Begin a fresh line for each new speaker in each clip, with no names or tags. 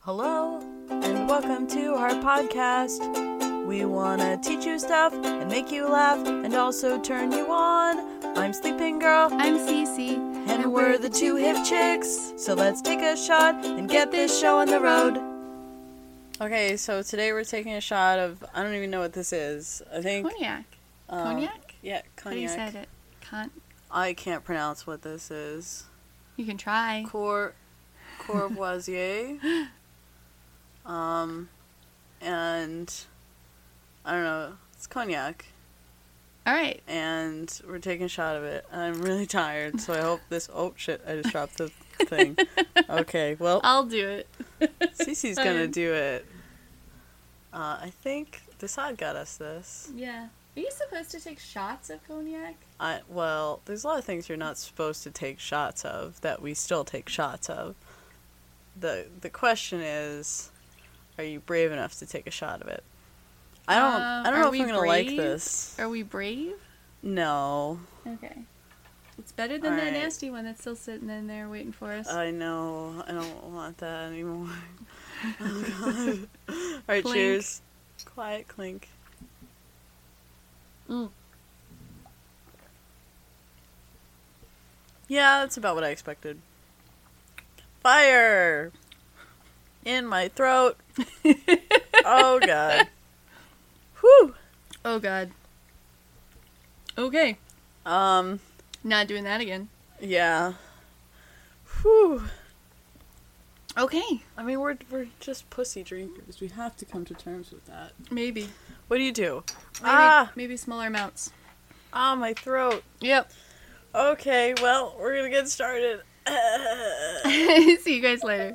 Hello, and welcome to our podcast. We want to teach you stuff and make you laugh and also turn you on. I'm Sleeping Girl,
I'm Cece.
and, we're the two hip chicks. So let's take a shot and get this show on the road. Okay, so today we're taking a shot of, I don't even know what this is. I think.
Cognac.
um,
Cognac?
Yeah,
How do you say
cognac.
it? Con-
I can't pronounce what this is.
you can try.
Cor Courvoisier. um, and I don't know. It's cognac,
All right.
and we're taking a shot of it. I'm really tired, so I hope this. Oh shit! I just dropped the thing. Okay, well,
I'll do it.
Cece's gonna do it. Uh, I think Desad got us this.
Yeah. Are you supposed to take shots of cognac?
I well, there's a lot of things you're not supposed to take shots of that we still take shots of. the The question is, are you brave enough to take a shot of it? I don't.
Um,
I don't
are
know if
we
I'm gonna like
brave?
this.
Are we brave?
No,
Okay. It's better than
All
that
right.
nasty one that's still sitting in there waiting for us.
I know. I don't want that anymore. Oh god! All right,
Clink.
cheers. Quiet clink.
Mm.
Yeah, that's about what I expected. Fire in my throat. Uh, oh god. Whew.
oh, God. Okay.
Um.
Not doing that again.
Yeah. Whew.
Okay.
I mean, we're we're just pussy drinkers. We have to come to terms with that.
Maybe. Maybe,
What do you do? Ah,
maybe smaller amounts.
ah, my throat.
Yep.
Okay, well, we're gonna get started.
See you guys later.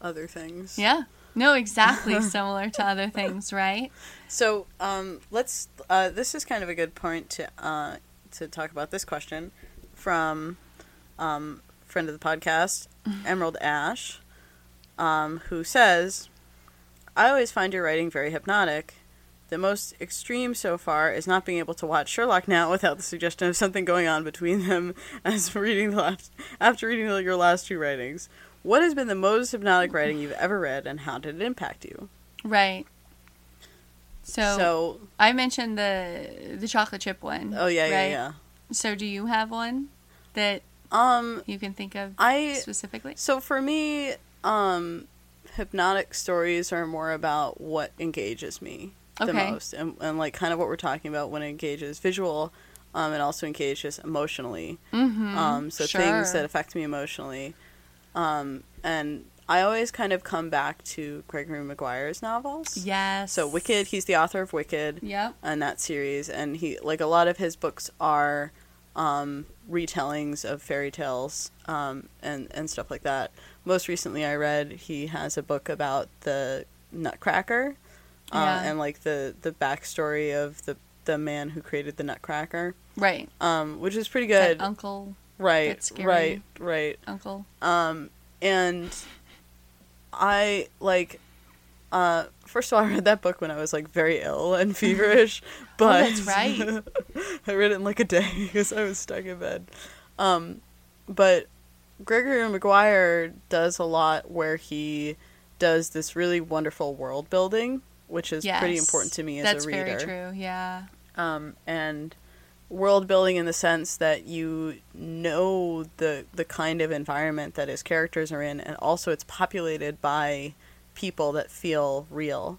other things.
Yeah. No, exactly similar to other things, right?
So um, let's. Uh, this is kind of a good point to uh, to talk about this question from um, friend of the podcast, Emerald Ash, um, who says, "I always find your writing very hypnotic. The most extreme so far is not being able to watch Sherlock now without the suggestion of something going on between them as reading the last, after reading the- your last two writings. What has been the most hypnotic writing you've ever read, and how did it impact you?"
Right. So,
so
I mentioned the the chocolate chip one.
oh yeah, yeah,
right?
yeah.
So do you have one that
Um,
you can think of
I
specifically?
so for me, um, hypnotic stories are more about what engages me the
Okay.
most, and, and like kind of what we're talking about when it engages visual, um, and also engages emotionally.
Mm-hmm.
um, so things that affect me emotionally, um, and I always kind of come back to Gregory Maguire's novels.
yes.
So Wicked, he's the author of Wicked
Yep.
and that series and he like a lot of his books are um, retellings of fairy tales um, and and stuff like that most recently i read he has a book about the nutcracker uh,
Yeah.
and like the the backstory of the the man who created the nutcracker
Right.
um, which is pretty
That
good
uncle.
right
that's scary.
right right
Uncle.
um, and I like. Uh, first of all, I read that book when I was like very ill
Oh,
and feverish, but
that's right.
I read it in like a day because I was stuck in bed. Um, but Gregory Maguire does a lot where he does this really wonderful world building, which is pretty
Yes.
important to me as
That's
a reader
very true. Yeah.
um, and world building in the sense that you know the the kind of environment that his characters are in, and also it's populated by people that feel real,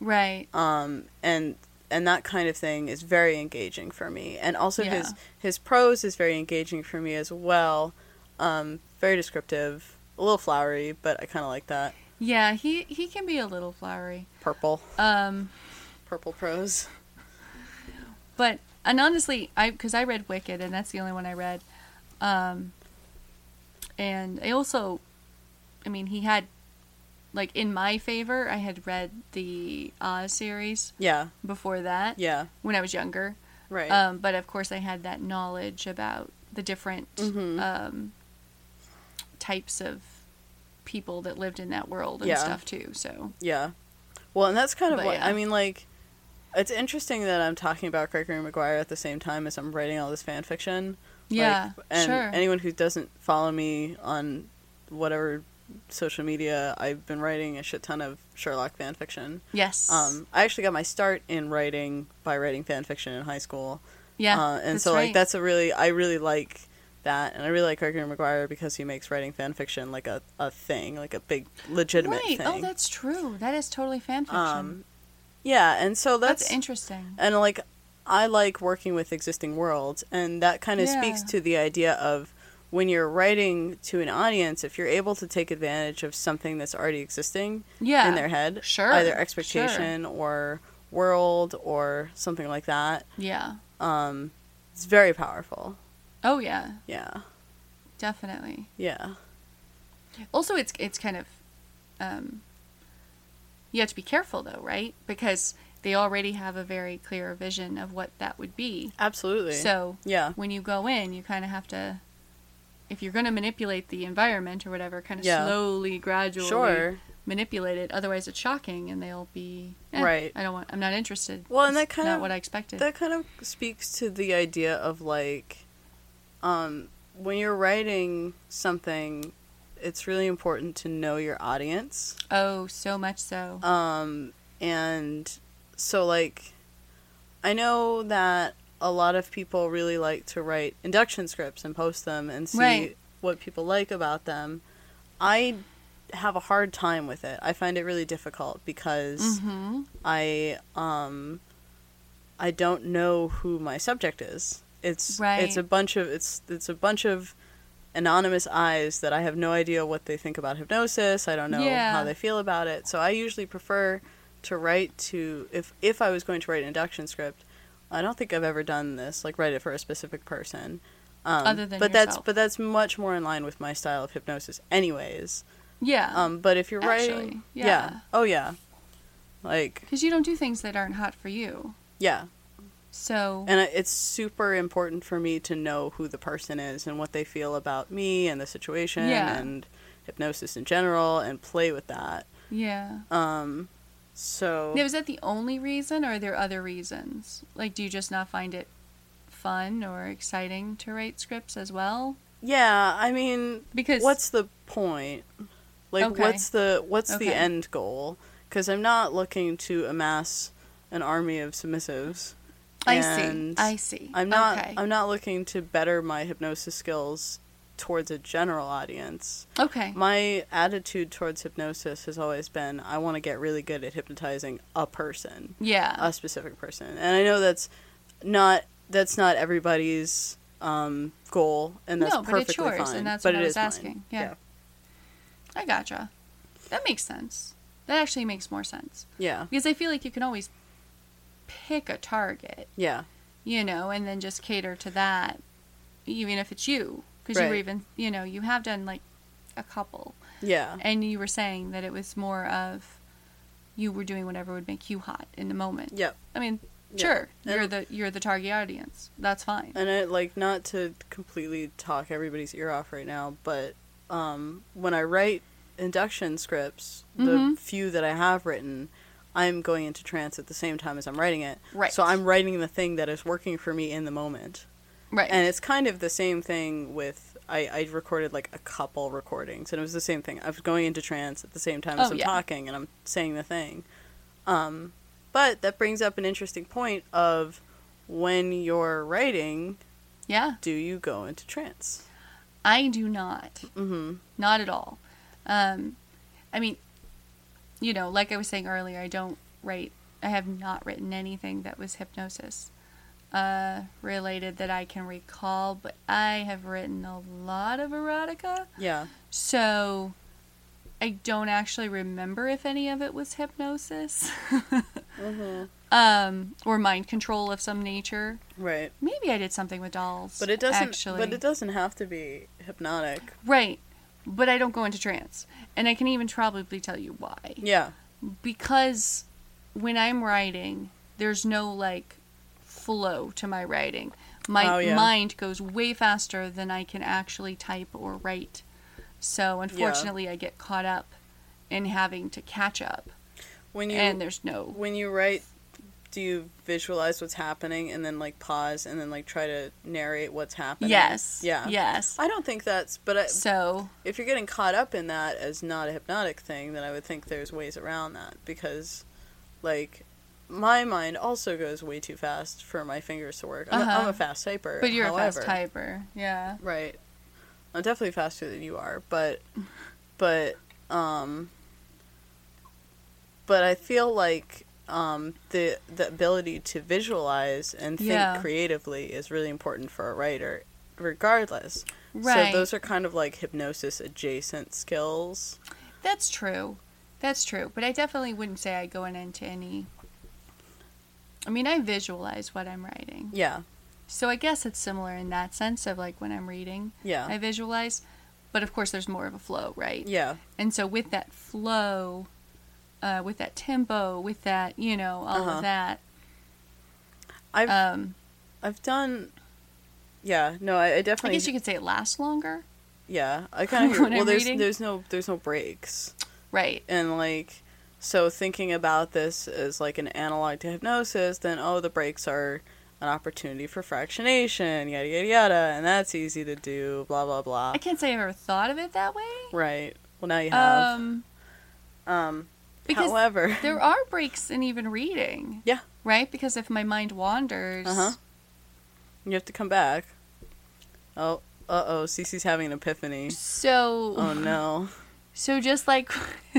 Right.
um, and and that kind of thing is very engaging for me. And also
Yeah.
his his prose is very engaging for me as well. Um, very descriptive, a little flowery, but I kind of like that
Yeah. He he can be a little flowery.
purple
Um.
purple prose.
But and honestly, I because I read Wicked and that's the only one I read. Um. And I also, I mean, he had, like, in my favor, I had read the Oz series
Yeah,
before that
yeah,
when I was younger.
right.
Um, but of course, I had that knowledge about the different
Mhm.
um, types of people that lived in that world and
Yeah.
stuff too. So
Yeah. Well, and that's kind of
But
what
yeah.
I mean. Like, it's interesting that I'm talking about Gregory Maguire at the same time as I'm writing all this fan fiction. Like,
yeah,
and
sure,
anyone who doesn't follow me on whatever social media, I've been writing a shit ton of Sherlock fan fiction.
yes,
Um, I actually got my start in writing by writing fan fiction in high school.
yeah,
Uh, and
that's
so, like,
right.
that's a really, I really like that. And I really like Gregory Maguire because he makes writing fan fiction like a, a thing, like a big, legitimate
right.
thing.
Oh, that's true. That is totally fan fiction.
Um, yeah, and so
that's,
that's,
interesting.
and like I like working with existing worlds, and that kind of
Yeah.
speaks to the idea of when you're writing to an audience, if you're able to take advantage of something that's already existing
Yeah,
in their head,
Sure,
either
sure.
expectation or world or something like that,
Yeah.
um, it's very powerful.
Oh yeah,
Yeah,
definitely.
yeah,
also it's it's kind of um you have to be careful though right because they already have a very clear vision of what that would be
absolutely.
so
yeah,
when you go in you kind of have to if you're going to manipulate the environment or whatever kind of
Yeah.
slowly gradually
sure.
manipulate it otherwise it's shocking and they'll be eh,
Right.
i don't want i'm not interested
Well, and
It's
that kind
not
of-
what i expected
that kind of speaks to the idea of like um when you're writing something it's really important to know your audience
oh so much so
um and so like i know that a lot of people really like to write induction scripts and post them and see
Right.
what people like about them i have a hard time with it i find it really difficult because
mm-hmm.
I um I don't know who my subject is. It's
Right.
it's a bunch of it's it's a bunch of anonymous eyes that I have no idea what they think about hypnosis. I don't know
Yeah.
how they feel about it. So I usually prefer to write to if if I was going to write an induction script, I don't think I've ever done this like write it for a specific person. Um,
Other than
but that's
yourself.
but that's much more in line with my style of hypnosis anyways.
Yeah.
Um, but if you're
Actually,
writing,
yeah.
oh yeah, like
Because you don't do things that aren't hot for you.
yeah,
So
and I- it's super important for me to know who the person is and what they feel about me and the situation
Yeah.
and hypnosis in general, and play with that.
yeah.
Um, so
Now, is that the only reason, or are there other reasons? Like, do you just not find it fun or exciting to write scripts as well?
yeah, I mean,
Because
what's the point like
Okay.
what's the what's
Okay.
the end goal because i'm not looking to amass an army of submissives
I see,
and
I see.
i'm not
Okay.
i'm not looking to better my hypnosis skills towards a general audience
okay.
my attitude towards hypnosis has always been i want to get really good at hypnotizing a person
yeah.
a specific person and i know that's not that's not everybody's um, goal and that's
no, but it's
perfectly
yours,
fine
and that's
but
what
it
I was
is mine.
asking. Yeah. I gotcha. That makes sense. That actually makes more sense
yeah
because I feel like you can always pick a target,
Yeah,
you know, and then just cater to that, even if it's you, because you were
Right.
even, you know, you have done like a couple.
yeah,
And you were saying that it was more of you were doing whatever would make you hot in the moment.
yep.
I mean,
Yeah.
sure,
And-
you're the you're the target audience. That's fine.
And I like not to completely talk everybody's ear off right now, but um, when I write induction scripts, the
Mhm.
few that I have written, I'm going into trance at the same time as I'm writing it.
Right.
So I'm writing the thing that is working for me in the moment,
right.
and it's kind of the same thing with. I, I recorded like a couple recordings and it was the same thing. I was going into trance at the same time as
Oh,
I'm
yeah.
talking and I'm saying the thing. Um, but that brings up an interesting point of when you're writing,
yeah.
do you go into trance?
I do not.
Mm-hmm.
Not at all. Um, I mean, you know, like I was saying earlier, I don't write. I have not written anything that was hypnosis uh, related that I can recall, but I have written a lot of erotica.
Yeah.
So I don't actually remember if any of it was hypnosis
Mm-hmm.
um, or mind control of some nature.
Right.
Maybe I did something with dolls.
But it doesn't.
actually.
But it doesn't have to be hypnotic.
right. But I don't go into trance. And I can even probably tell you why.
Yeah.
Because when I'm writing, there's no like flow to my writing. My
Oh, yeah.
mind goes way faster than I can actually type or write. So unfortunately, I get caught up in having to catch up,
When you
and there's no
when you write, do you visualize what's happening and then like pause and then like try to narrate what's happening?
yes,
Yeah.
yes.
I don't think that's. But I,
So
if you're getting caught up in that as not a hypnotic thing, then I would think there's ways around that because, like, my mind also goes way too fast for my fingers to work. I'm, a,
Uh-huh.
I'm a fast typer.
But you're
however.
a fast typer. Yeah.
Right. I'm definitely faster than you are, but but um but I feel like um the the ability to visualize and think
Yeah.
creatively is really important for a writer regardless.
Right.
So those are kind of like hypnosis adjacent skills.
That's true. That's true. But I definitely wouldn't say I go in into any. I mean, I visualize what I'm writing.
Yeah.
So I guess it's similar in that sense of like when I'm reading,
Yeah.
I visualize. But of course, there's more of a flow, right?
yeah.
And so with that flow, uh, with that tempo, with that, you know, all
Uh-huh.
of that.
I've
Um,
I've done yeah, no, I, I
I
definitely
guess you could say it lasts longer.
yeah, I kind of
When
well
I'm
there's
reading.
there's no there's no breaks.
Right.
and like so thinking about this as like an analog to hypnosis then oh the breaks are an opportunity for fractionation yada yada yada and that's easy to do blah blah blah
I can't say I've ever thought of it that way.
right well now you have
Um,
um,
because
however
there are breaks in even reading.
Yeah.
Right? Because if my mind wanders,
Uh-huh. you have to come back oh uh-oh Cece's having an epiphany
so
oh no
so just like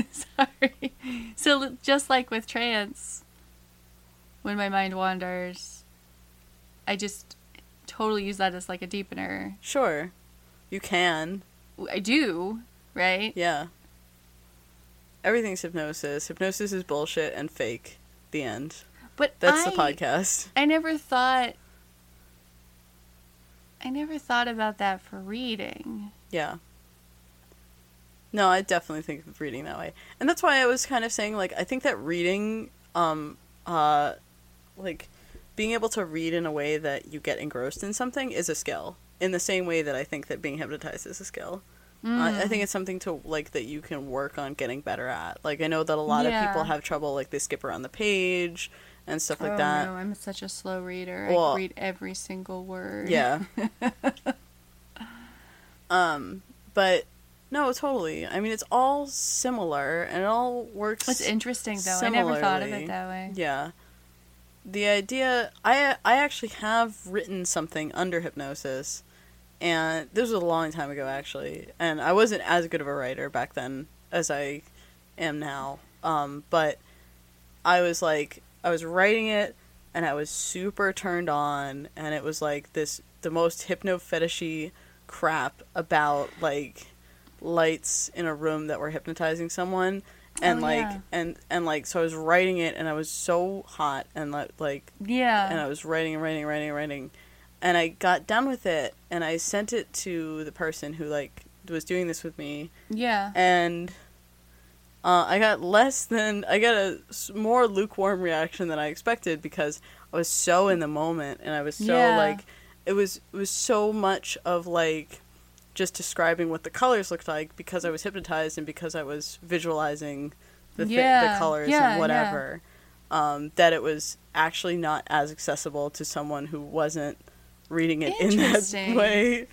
sorry, so just like with trance, when my mind wanders, I just totally use that as like a deepener.
sure you can
I do, right?
yeah everything's hypnosis hypnosis is bullshit and fake the end
But
that's
I,
the podcast
I never thought. I never thought about that for reading.
Yeah. No, I definitely think of reading that way. And that's why I was kind of saying like I think that reading um uh like being able to read in a way that you get engrossed in something is a skill in the same way that I think that being hypnotized is a skill. I, I think it's something to like that you can work on getting better at. Like I know that a lot
Yeah.
of people have trouble like they skip around the page and stuff like
oh
that.
no, I'm such a slow reader. I
Well-
read every single word.
Yeah. um, but no, totally. I mean, it's all similar and it all works.
It's interesting though. I never thought of
similarly.
it that way.
Yeah. The idea I I actually have written something under hypnosis and this was a long time ago actually and I wasn't as good of a writer back then as I am now. Um but I was like I was writing it and I was super turned on and it was like this the most hypno fetishy crap about like lights in a room that were hypnotizing someone and
Oh,
like
yeah.
and and like so I was writing it and I was so hot and like like
Yeah.
and I was writing and writing and writing and writing and I got done with it and I sent it to the person who like was doing this with me
yeah.
and uh, I got less than I got a s- more lukewarm reaction than I expected because I was so in the moment and I was so
Yeah.
like it was it was so much of like just describing what the colors looked like because I was hypnotized and because I was visualizing the thi-
Yeah.
the colors
Yeah, yeah.
and whatever um, that it was actually not as accessible to someone who wasn't reading it in that
Interesting.
way.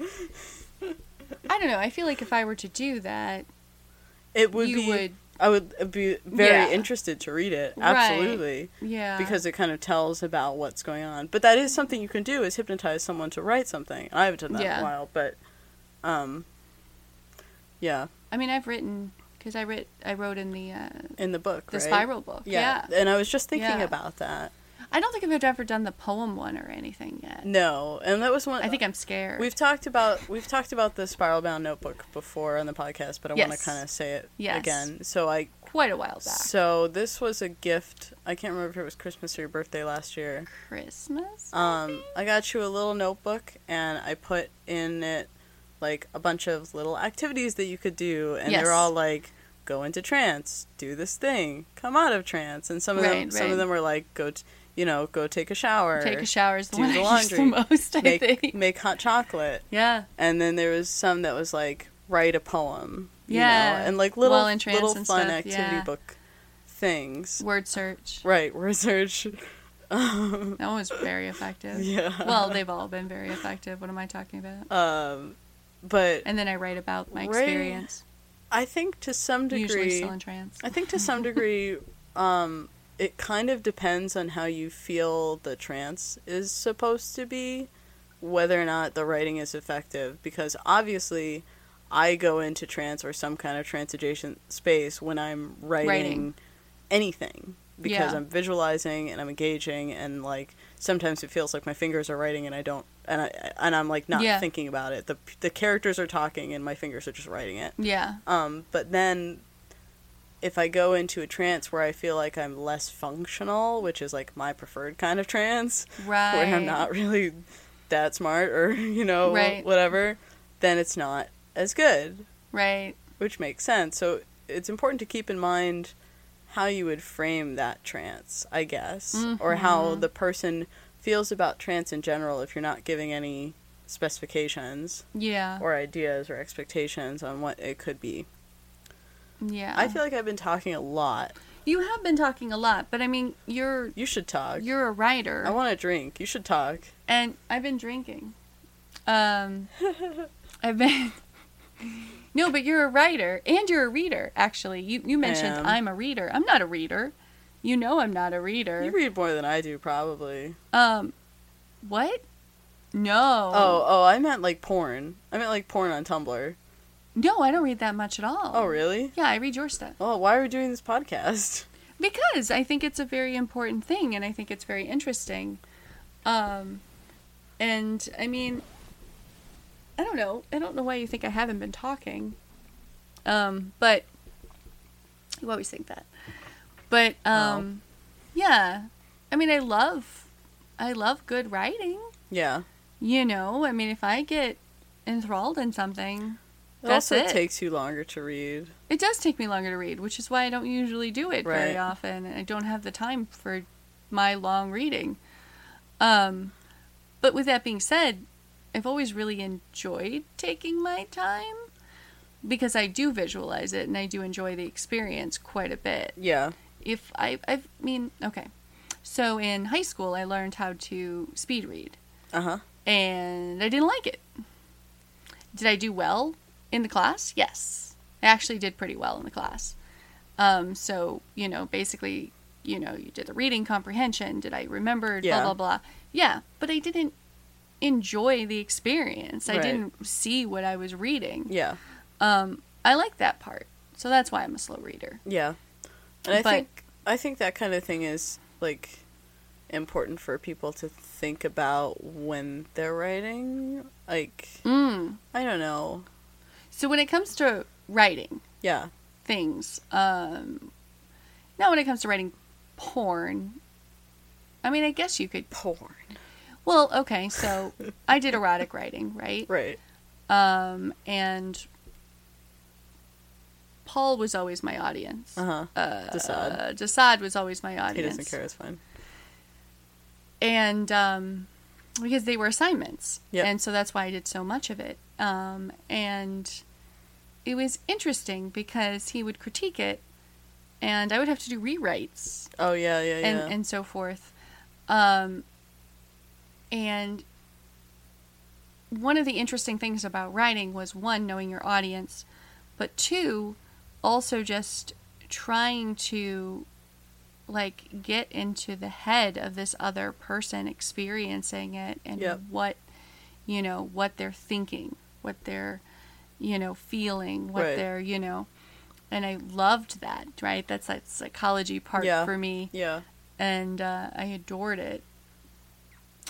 I don't know. I feel like if I were to do that,
It would
you
be
would.
I would be very
Yeah.
interested to read it.
Right. Uh.
Absolutely.
Yeah.
Because it kind of tells about what's going on. But that is something you can do is hypnotize someone to write something. I haven't done that in
Yeah.
a while, but um yeah,
I mean, I've written because I writ I wrote in the uh,
in the book,
the
right?
spiral book.
Yeah.
Yeah.
And I was just thinking
Yeah.
about that.
I don't think I've ever done the poem one or anything yet.
No. And that was one
I think I'm scared.
We've talked about we've talked about the spiral bound notebook before on the podcast, but I want to
Yes.
kind of say it
Yes.
again. So I
quite a while back.
so this was a gift. I can't remember if it was Christmas or your birthday last year.
Christmas.
Um, I got you a little notebook, and I put in it like a bunch of little activities that you could do, and
Yes.
they're all like go into trance, do this thing, come out of trance, and some of them
Right,
some
right.
of them were like go, t- you know, go take a shower,
Take a shower is the
do
one
the
I use the
laundry,
most. I
make
think.
make hot chocolate,
yeah.
and then there was some that was like write a poem, you
Yeah.
know, and like little
While in trance
little
and
fun
stuff,
activity
yeah.
book things,
Word search.
right? Research,
That one was very effective.
yeah.
Well, they've all been very effective. What am I talking about?
um, but
And then I write about my
Right.
experience.
I think to some
Usually
degree,
still in trance.
I think to some degree, um, it kind of depends on how you feel the trance is supposed to be, whether or not the writing is effective. Because obviously, I go into trance or some kind of trance adjacent space when I'm writing,
Writing.
anything because
Yeah.
I'm visualizing and I'm engaging and like sometimes it feels like my fingers are writing and I don't and I and I'm like not
Yeah.
thinking about it. The the characters are talking and my fingers are just writing it.
Yeah.
Um, but then if I go into a trance where I feel like I'm less functional, which is like my preferred kind of trance,
Right.
where I'm not really that smart or, you know,
Right.
whatever, then it's not as good,
Right.
which makes sense. So it's important to keep in mind how you would frame that trance, I guess, or
Mm-hmm.
how the person feels about trance in general if you're not giving any specifications
Yeah.
or ideas or expectations on what it could be.
yeah.
I feel like I've been talking a lot.
you have been talking a lot, but I mean, you're
You should talk.
you're a writer.
I want a drink. You should talk.
and I've been drinking. Um, I've been. No, but you're a writer and you're a reader. Actually, you you mentioned
am.
I'm a reader. I'm not a reader. You know I'm not a reader.
You read more than I do, probably.
um, what? No.
Oh, oh, I meant like porn. I meant like porn on Tumblr.
no, I don't read that much at all.
Oh, really?
Yeah, I read your stuff
Oh, why are we doing this podcast?
because I think it's a very important thing and I think it's very interesting. Um, and I mean, I don't know. I don't know why you think I haven't been talking. Um, but you always think that. But um, yeah, I mean, I love, I love good writing.
Yeah.
You know, I mean, if I get enthralled in something,
It
That's
also
it.
takes you longer to read.
It does take me longer to read, which is why I don't usually do it very
Right.
often. I don't have the time for my long reading. Um, but with that being said, I've always really enjoyed taking my time because I do visualize it and I do enjoy the experience quite a bit
Yeah.
if I, I mean, okay. So in high school, I learned how to speed read,
Uh huh.
and I didn't like it. Did I do well in the class? Yes, I actually did pretty well in the class. Um, so you know, basically, you know, you did the reading comprehension. Did I remember?
Yeah.
Blah blah blah. Yeah, but I didn't enjoy the experience. I
Right.
didn't see what I was reading.
Yeah.
Um, I like that part, so that's why I'm a slow reader.
Yeah. And I
But-
think I think that kind of thing is like important for people to think about when they're writing. Like
Mm.
I don't know.
So when it comes to writing
Yeah.
things, um, now when it comes to writing porn, I mean, I guess you could.
Porn.
Well, okay, so I did erotic writing, right?
Right.
Um, and Paul was always my audience.
Uh-huh.
Uh,
Desaad.
Desaad was always my
He
audience.
doesn't care. It's fine.
and um, because they were assignments,
Yep.
and so that's why I did so much of it. Um, and it was interesting because he would critique it, and I would have to do rewrites
Oh yeah, yeah, yeah.
and and so forth. Um, and one of the interesting things about writing was one knowing your audience, but two, also just trying to like get into the head of this other person experiencing it and
Yep.
what you know what they're thinking, what they're you know feeling, what
Right.
they're you know. And I loved that, right? That's that psychology part
Yeah.
for me
yeah.
and uh, I adored it.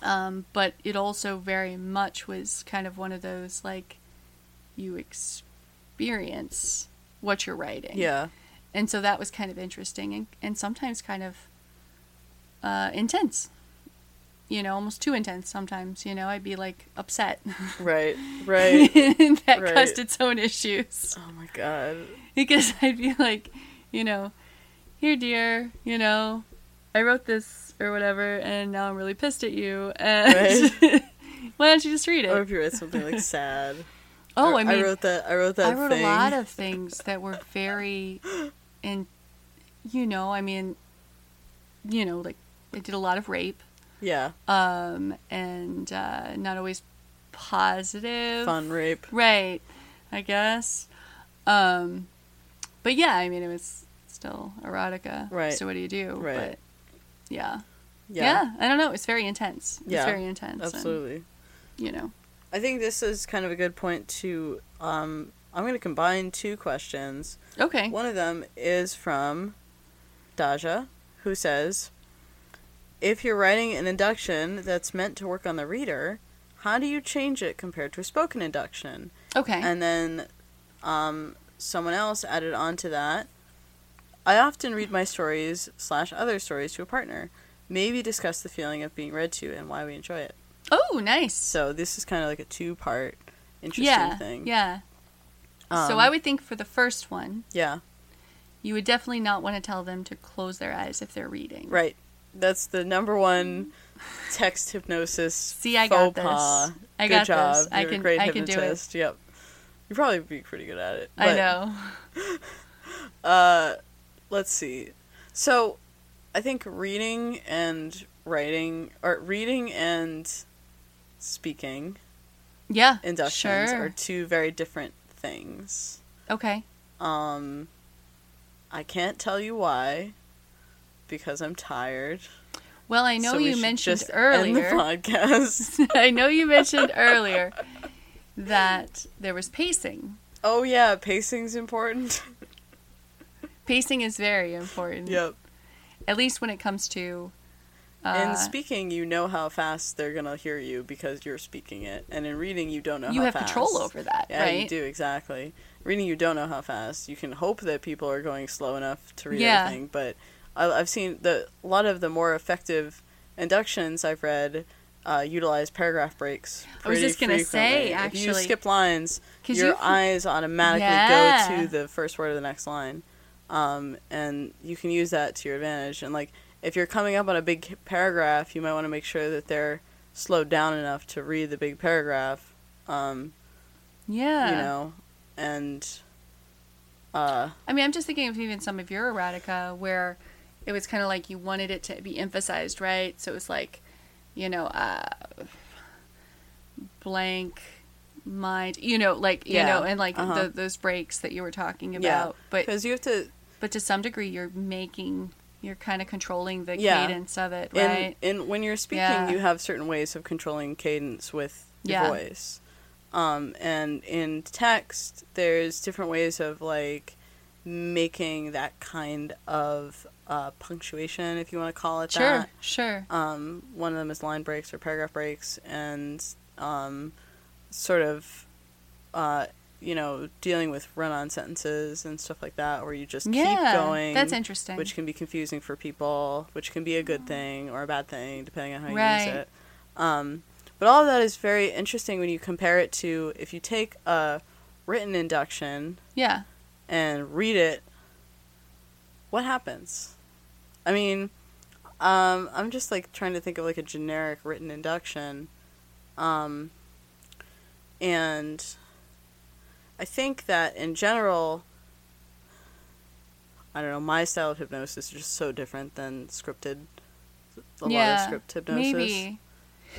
Um, but it also very much was kind of one of those like you experience what you're writing.
Yeah.
And so that was kind of interesting and, and sometimes kind of uh, intense. You know, almost too intense sometimes. You know, I'd be like upset.
Right. Right.
that
Right.
caused its own issues
oh my god.
because I'd be like, you know, here, dear, you know, I wrote this or whatever, and now I'm really pissed at you. And why don't you just read it?
Or if you read something like sad.
oh,
Or-
I mean, I wrote,
wrote that. I wrote that. thing.
a lot of things that were very, and you know, I mean, you know, like I did a lot of rape,
yeah
um, and uh, not always positive.
fun rape.
Right, I guess. Um, but yeah, I mean, it was still erotica.
Right.
So what do you do?
Right.
But yeah. yeah.
Yeah.
I don't know. It's very intense. It's
Yeah,
very intense. and,
Absolutely.
you know.
I think this is kind of a good point to. Um, I'm going to combine two questions.
Okay.
One of them is from Daja, who says If you're writing an induction that's meant to work on the reader, how do you change it compared to a spoken induction?
Okay.
And then um, someone else added on to that. I often read my stories slash other stories to a partner. Maybe discuss the feeling of being read to and why we enjoy it.
oh, nice.
So this is kind of like a two part interesting
Yeah.
thing.
Yeah. so
Um,
I would think for the first one,
Yeah.
you would definitely not want to tell them to close their eyes if they're reading.
Right. That's the number one text hypnosis.
Mm. See, I
faux
got
pas.
this. I
good
got
job.
this. I
You're
can-
a great
I can do it.
hypnotist. Yep. You'd probably be pretty good at it.
I
But,
know.
Uh, let's see. So, I think reading and writing, or reading and speaking
Yeah.
inductions
sure.
are two very different things.
Okay.
Um, I can't tell you why, because I'm tired.
Well, I know
So we
you
should
mentioned
just end the
earlier.
podcast.
I know you mentioned earlier that there was pacing.
oh yeah, pacing's important.
Pacing is very important.
yep.
At least when it comes to. Uh,
in speaking, you know how fast they're gonna hear you because you're speaking it, and in reading, you don't know.
you
how
have
fast.
control over that,
Yeah,
right?
you do exactly. Reading, you don't know how fast. You can hope that people are going slow enough to read
Yeah.
everything, but I, I've seen the a lot of the more effective inductions I've read. uh, utilize paragraph breaks.
I was
pretty
just gonna say,
frequently. If you
actually.
skip lines,
'Cause
your
you-
eyes automatically
Yeah.
go to the first word of the next line, um, and you can use that to your advantage. And like, if you're coming up on a big paragraph, you might want to make sure that they're slowed down enough to read the big paragraph. Um,
Yeah.
You know, and uh,
I mean, I'm just thinking of even some of your erotica where it was kind of like you wanted it to be emphasized, right? So it was like, you know, uh, blank mind, you know, like, you
Yeah.
know, and like
Uh-huh.
tho- those breaks that you were talking
yeah,
about. But
because you have to
but to some degree, you're making, you're kind of controlling the
Yeah.
cadence of it,
in,
right?
in when you're speaking,
Yeah.
you have certain ways of controlling cadence with your
Yeah.
voice. Um, and in text, there's different ways of like making that kind of uh, punctuation, if you want to call it
sure,
that.
sure.
Um, one of them is line breaks or paragraph breaks, and um, sort of, uh, you know, dealing with run-on sentences and stuff like that, where you just
yeah.
keep going
That's interesting.
which can be confusing for people, which can be a good thing or a bad thing depending on how you
Right.
use it. Um, but all of that is very interesting when you compare it to if you take a written induction
yeah.
and read it, what happens? I mean, um, I'm just like trying to think of like a generic written induction. Um, and I think that in general, I don't know, my style of hypnosis is just so different than scripted, a lot of script hypnosis.
Maybe.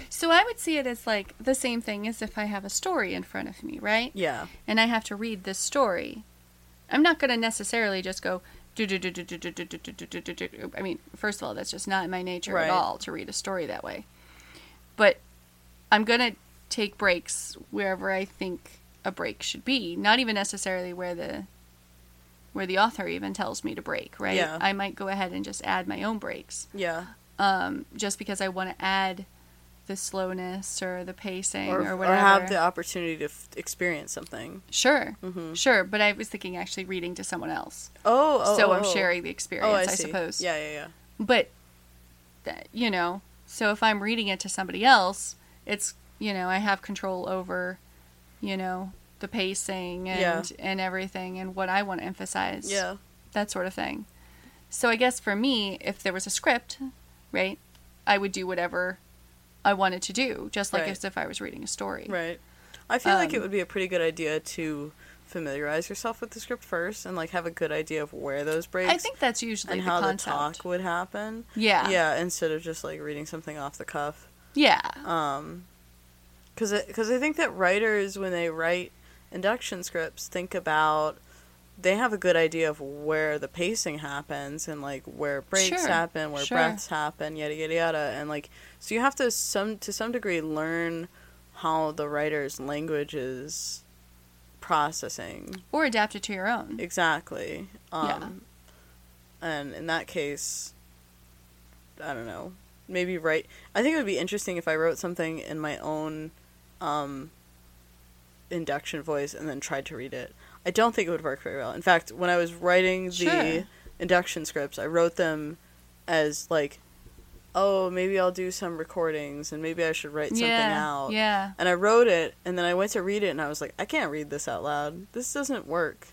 So I would see it as like the same thing as if I have a story in front of me, right?
Yeah.
And I have to read this story. I'm not going to necessarily just go. "Do, do, do, do, do, do, do, do, do, do, do, do, do." I mean, first of all, that's just not my nature
Right.
at all to read a story that way. But I'm going to take breaks wherever I think a break should be, not even necessarily where the where the author even tells me to break, right?
Yeah.
I might go ahead and just add my own breaks
Yeah.
um, just because I want to add the slowness or the pacing
Or,
or,
or,
whatever.
have the opportunity to f- experience something.
sure,
Mhm.
sure. But I was thinking actually reading to someone else,
Oh, oh.
so
oh,
I'm
oh.
sharing the experience, I,
see.
suppose.
Yeah, yeah, yeah.
But that, you know, so if I'm reading it to somebody else, it's you know I have control over, you know, the pacing and
Yeah.
and everything and what I want to emphasize.
Yeah.
that sort of thing. So I guess for me, if there was a script, right, I would do whatever I wanted to do, just like
Right.
as if I was reading a story.
Right. I feel like it
Um,
would be a pretty good idea to familiarize yourself with the script first and like have a good idea of where those breaks
I think that's usually
and
the
how
concept.
the talk would happen.
yeah. yeah,
Yeah, instead of just like reading something off the cuff.
yeah,
Um cuz cuz I think that writers when they write induction scripts think about they have a good idea of where the pacing happens and like where breaks
Sure,
happen, where
sure.
breaths happen, yada yada yada, and like so you have to some to some degree learn how the writer's language is processing
or adapt it to your own.
exactly. Um, And in that case, I don't know. Maybe write. I think it would be interesting if I wrote something in my own um, induction voice and then tried to read it. I don't think it would work very well. In fact, when I was writing the
Sure.
induction scripts, I wrote them as like, oh, maybe I'll do some recordings and maybe I should write something
yeah,
out.
yeah,
And I wrote it, and then I went to read it, and I was like, I can't read this out loud. This doesn't work.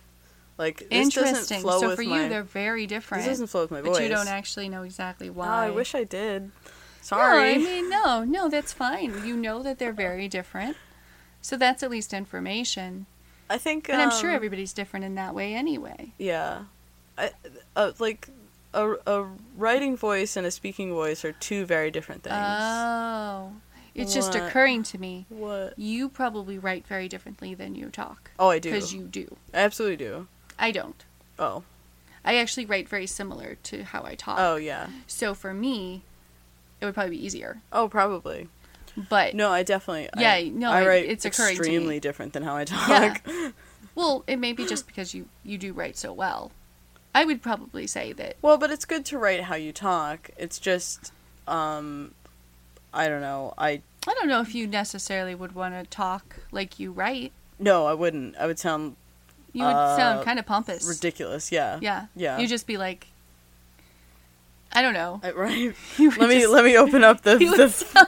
Like this doesn't
interesting.
flow
So
with
for you,
my.
they're very different.
this doesn't flow with my
but
voice.
you don't actually know exactly
Oh,
why.
I wish I did.
No,
Sorry.
I mean, no, no, that's fine. You know that they're very different, so that's at least information.
I think.
And I'm sure
um,
everybody's different in that way, anyway.
Yeah, I, uh, like a, a writing voice and a speaking voice are two very different things.
Oh. It's just
What?
occurring to me.
what?
You probably write very differently than you talk.
Oh, I do.
Because you do.
I absolutely do.
I don't.
Oh,
I actually write very similar to how I talk.
oh yeah.
So for me, it would probably be easier.
Oh, probably.
But,
No, I definitely. I,
Yeah, no,
I
it-
write
it's occurring to me.
extremely different than how I talk.
well, it may be just because you, you do write so well. I would probably say that.
Well, but it's good to write how you talk. It's just, um, I don't know. I
I don't know if you necessarily would want to talk like you write.
no, I wouldn't. I would sound
You would
Uh,
sound kind of pompous.
ridiculous. Yeah.
Yeah.
Yeah.
You'd just be like, I don't know.
I, right.
You would
let me
just-
let me open up the,
you
the
would sound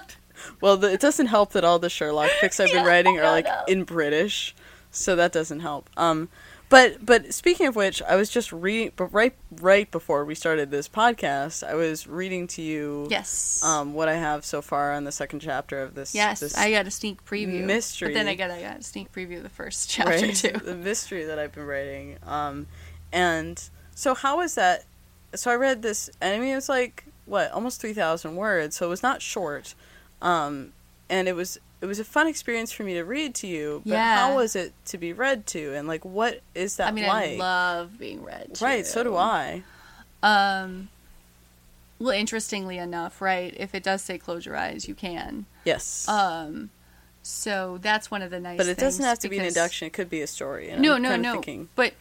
Well, the, it doesn't help that all the Sherlock fics I've been
Yeah,
writing are
no,
like
no.
in British, so that doesn't help. Um, but but speaking of which, I was just re but right right before we started this podcast, I was reading to you
Yes.
um what I have so far on the second chapter of this
yes,
this
I got a sneak preview.
mystery.
But then I got I got a sneak preview of the first chapter too.
The mystery that I've been writing. Um, and so how is that? So I read this, and I mean, it was like what almost three thousand words, so it was not short. Um, and it was it was a fun experience for me to read to you. But
Yeah.
how was it to be read to? And like, what is that
I mean,
like?
I love being read.
right. So
too.
do I.
Um, well, interestingly enough, right? If it does say close your eyes, you can.
Yes.
Um, so that's one of the nice.
but it doesn't
things
have to be an
because-
induction. It could be a story. And
No,
I'm
no,
kind of
no.
Thinking,
But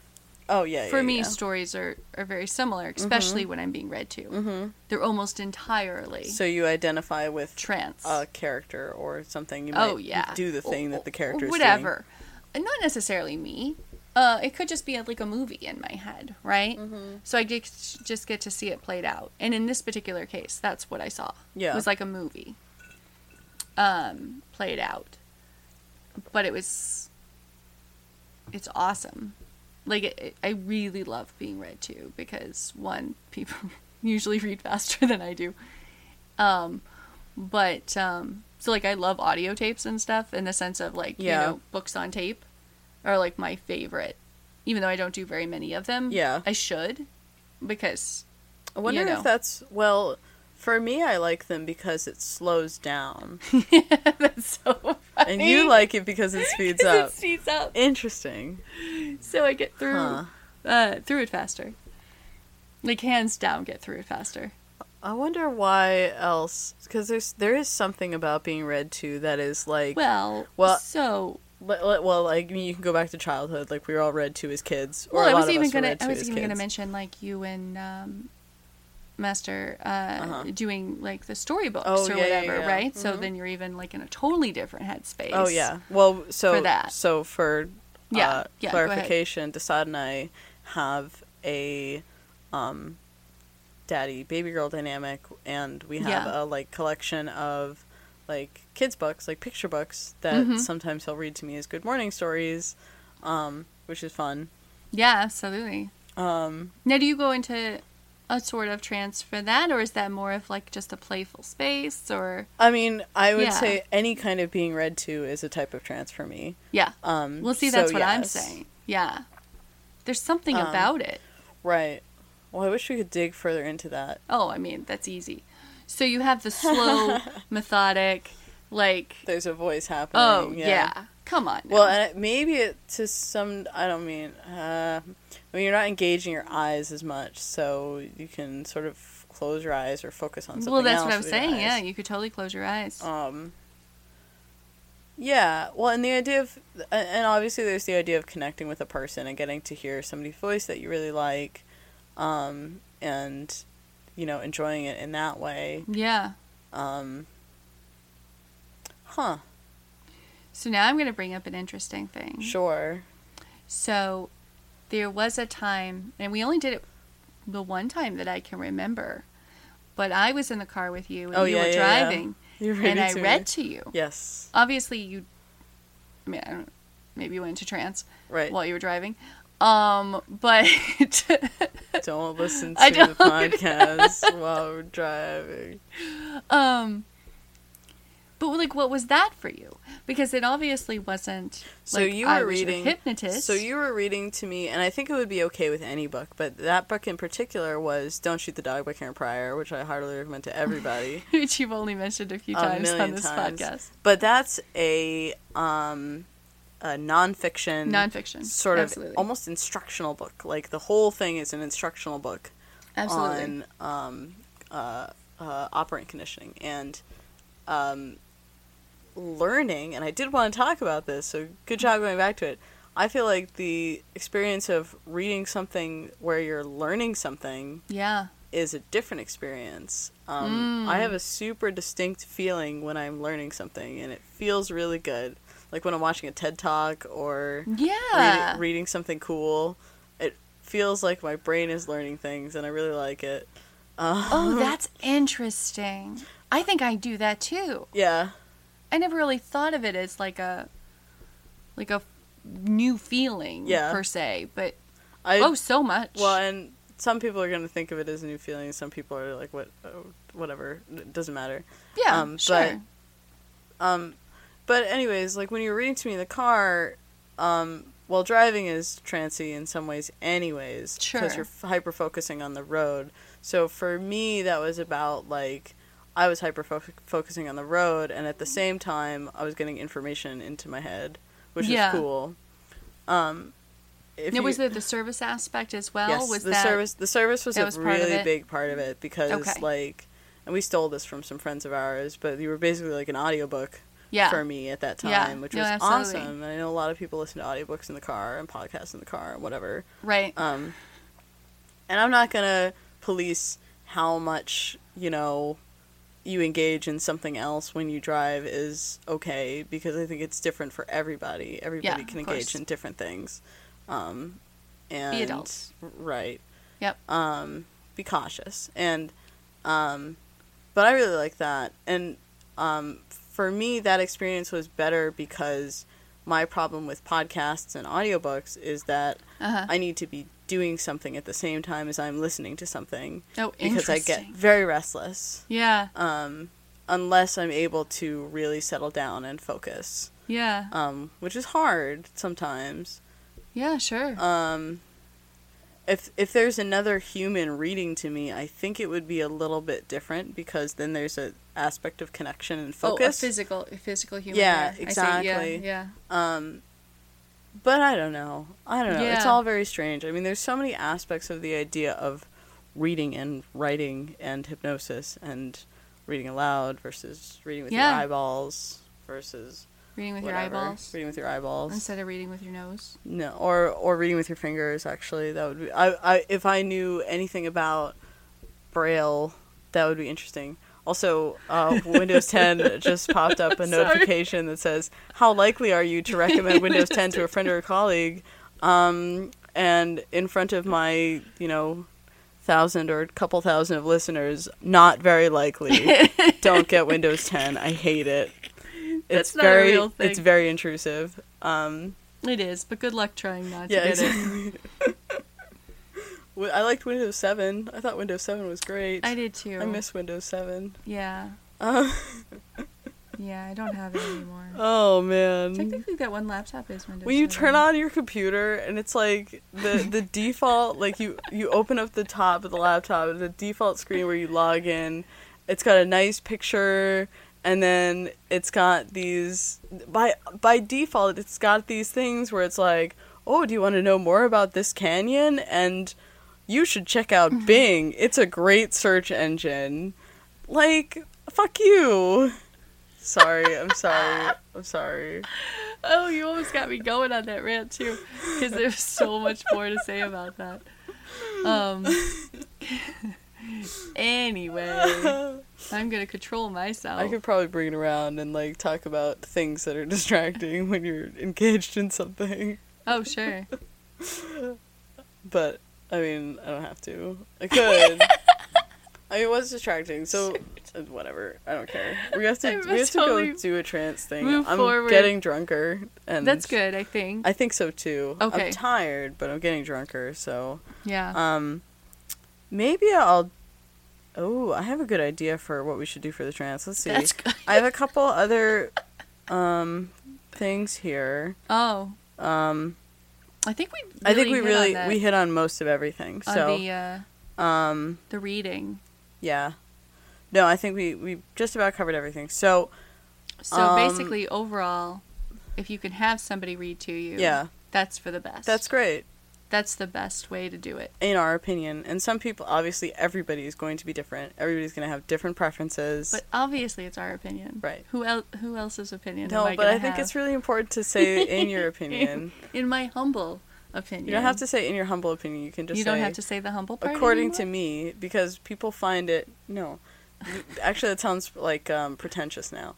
oh yeah.
for
yeah,
me,
yeah.
stories are, are very similar, especially when I'm being read to. Mm-hmm. They're almost entirely
so you identify with
trance.
a character or something. You might
oh yeah,
do the thing
Or-
that the character
or
is doing.
whatever. And Not necessarily me. Uh, it could just be like a movie in my head, right?
Mm-hmm.
So I did just get to see it played out, and in this particular case, that's what I saw.
Yeah.
it was like a movie, um, played out. But it was, it's awesome. Like it, it, I really love being read to because one, people usually read faster than I do, um, but um, so like I love audio tapes and stuff in the sense of like
Yeah.
you know books on tape are like my favorite, even though I don't do very many of them.
Yeah.
I should because
I wonder
you know.
if that's well. For me, I like them because it slows down,
that's so funny.
and you like it because it speeds up.
it speeds up,
Interesting.
so I get through
Huh.
uh, through it faster. Like hands down, get through it faster.
I wonder why else, because there's there is something about being read to that is like well,
Well,
Well,
so
well, like I mean, you can go back to childhood, like we were all read to as kids. Or
well,
a
I
lot
was
of
even
us were
gonna
read
I
to
was
as
even gonna
kids.
mention like you and um, Master uh,
Uh-huh.
doing like the storybooks
Oh,
or
yeah, yeah,
whatever,
yeah. Mm-hmm.
right? So then you're even like in a totally different headspace.
Oh yeah. Well, so
for that.
so for
Yeah,
uh,
yeah, go ahead.
clarification, Dasad and I have a um, daddy baby girl dynamic, and we have a
Yeah.
like collection of like kids books, like picture books that
Mm-hmm.
sometimes he'll read to me as good morning stories, um, which is fun.
Yeah, absolutely.
Um,
Now, do you go into a sort of trance for that, or is that more of like just a playful space, or
I mean, I would
Yeah.
say any kind of being read to is a type of trance for me.
yeah?
Um,
Well, see,
so
that's what I'm
yes.
saying. Yeah, there's something
Um,
about it.
Right. Well, I wish we could dig further into that.
Oh, I mean, that's easy. So you have the slow, methodic, like
There's a voice happening.
oh yeah. come on. now.
Well, and it- maybe it to some. I don't mean. Uh, I mean, you're not engaging your eyes as much, so you can sort of close your eyes or focus on something.
well, that's
else
what I'm
with your
saying. Yeah,
eyes.
you could totally close your eyes.
Um. Yeah. Well, and the idea of, and- and obviously there's the idea of connecting with a person and getting to hear somebody's voice that you really like, um, and, you know, enjoying it in that way.
yeah.
Um. Huh.
So now I'm going to bring up an interesting thing.
Sure.
So there was a time, and we only did it the one time that I can remember, but I was in the car with you and
Oh,
you
yeah,
were
yeah, yeah.
driving,
You're
and I
to
read
me.
to you.
Yes.
Obviously, you, I mean, I don't, maybe you went into trance
Right.
while you were driving. Um, but
Don't listen to
I
the
don't.
podcast while we're driving.
um, but like, what was that for you? Because it obviously wasn't.
So
like,
you
I
were
was your
reading
hypnotist.
So you were reading to me, and I think it would be okay with any book, but that book in particular was "Don't Shoot the Dog" by Karen Pryor, which I heartily recommend to everybody.
which you've only mentioned a few
a
times on
million
this
times.
podcast,
But that's a um, a nonfiction,
nonfiction,
sort of
Absolutely.
almost instructional book. Like the whole thing is an instructional book.
absolutely.
on um, uh, uh, operant conditioning and um, learning. And I did want to talk about this, so good job going back to it. I feel like the experience of reading something where you're learning something
yeah.
is a different experience. Um, I have a super distinct feeling when I'm learning something, and it feels really good. Like when I'm watching a TED Talk or
Yeah.
reading, reading something cool. It Uh, feels like my brain is learning things, and I really like it.
oh, that's interesting. I think I do that too.
Yeah.
I never really thought of it as like a like a new feeling
Yeah.
per se, but
I,
oh, so much.
Well, and some people are going to think of it as a new feeling. Some people are like, what, oh, whatever. It doesn't matter.
yeah,
um,
sure.
but- Um, but anyways, like when you were reading to me in the car, um, well, driving is trancy in some ways, anyways,
Sure.
you're hyper focusing on the road. So for me, that was about like I was hyper focusing on the road, and at the same time, I was getting information into my head, which
Yeah.
is cool. Um, if
Now,
you-
was there the service aspect as well?
yes,
was
the
that
service the service was
that
a
was part of
really
it?
big part of it because
Okay.
like and we stole this from some friends of ours but you were basically like an audiobook
yeah,
for me at that time
Yeah.
which
No,
was
absolutely.
awesome and i know a lot of people listen to audiobooks in the car and podcasts in the car and whatever
right?
um and i'm not gonna police how much you know you engage in something else when you drive is okay because i think it's different for everybody everybody
Yeah,
can
of
engage
course.
in different things um and
adults.
right
yep.
um, be cautious. And um, but I really like that. And um, for me, that experience was better because my problem with podcasts and audiobooks is that
Uh-huh.
I need to be doing something at the same time as I'm listening to something
oh,
because I get
interesting.
very restless
yeah,
um, unless I'm able to really settle down and focus,
yeah,
um, which is hard sometimes
yeah. Sure.
um if if there's another human reading to me i think it would be a little bit different because then there's a aspect of connection and
Oh, a
focus
physical, a physical human.
Yeah,
there. I see. Yeah,
exactly.
yeah.
um but i don't know i don't know it's
Yeah.
all very strange i mean there's so many aspects of the idea of reading and writing and hypnosis and reading aloud versus reading with
Yeah.
your eyeballs versus
Reading with
whatever
your eyeballs
reading with your eyeballs
instead of reading with your nose.
No, or or reading with your fingers. Actually, that would be. I, I if I knew anything about braille, that would be interesting. Also, uh, Windows 10 just popped up a notification that says, "How likely are you to recommend Windows 10 to a friend or a colleague?" Um, and in front of my, you know, thousand or couple thousand of listeners, not very likely. Don't get Windows 10. I hate it.
That's
it's
not a
very,
real thing.
It's very intrusive. Um,
It is, but good luck trying not to
yeah,
get it.
exactly. Wi- I liked Windows 7. I thought Windows 7 was great.
I did too.
I miss Windows 7.
Yeah,
Uh,
yeah. I don't have it anymore.
oh man.
Technically, that one laptop is Windows.
When you
7.
turn on your computer and it's like the the default like you you open up the top of the laptop and the default screen where you log in, it's got a nice picture and then it's got these by by default it's got these things where it's like, "Oh, do you want to know more about this canyon?" and you should check out Bing. It's a great search engine. Like, fuck you. Sorry, I'm sorry. I'm sorry.
Oh, you almost got me going on that rant too, because there's so much more to say about that. Um. anyway, I'm gonna control myself.
I could probably bring it around and like talk about things that are distracting when you're engaged in something.
Oh sure.
But I mean, I don't have to. I could. I mean, it was distracting, so uh, whatever. I don't care. We have to.
I
We have
must
to go
totally
do a trance thing.
move
I'm
forward.
getting drunker, and
That's good. I think.
I think so too.
Okay.
I'm tired, but I'm getting drunker, so
yeah.
um, maybe I'll. Oh, I have a good idea for what we should do for the trance. Let's see.
That's good.
I have a couple other um things here.
Oh,
Um
I think we. Really
I think we
hit on
really
that
we hit on most of everything.
on
So
the uh,
um
the reading.
yeah. No, I think we we just about covered everything. So
So
Um,
basically, overall, if you can have somebody read to you,
Yeah.
that's for the best.
that's great
that's the best way to do it.
in our opinion. And some people obviously everybody is going to be different. Everybody's going to have different preferences.
But obviously, it's our opinion.
Right.
Who el- Who else's opinion?
no,
am I
but
gonna
I think
have?
it's really important to say in your opinion.
in my humble opinion.
You don't have to say in your humble opinion. You can just
you
say
don't have to say the humble part.
according to me because people find it no actually that sounds like um, pretentious now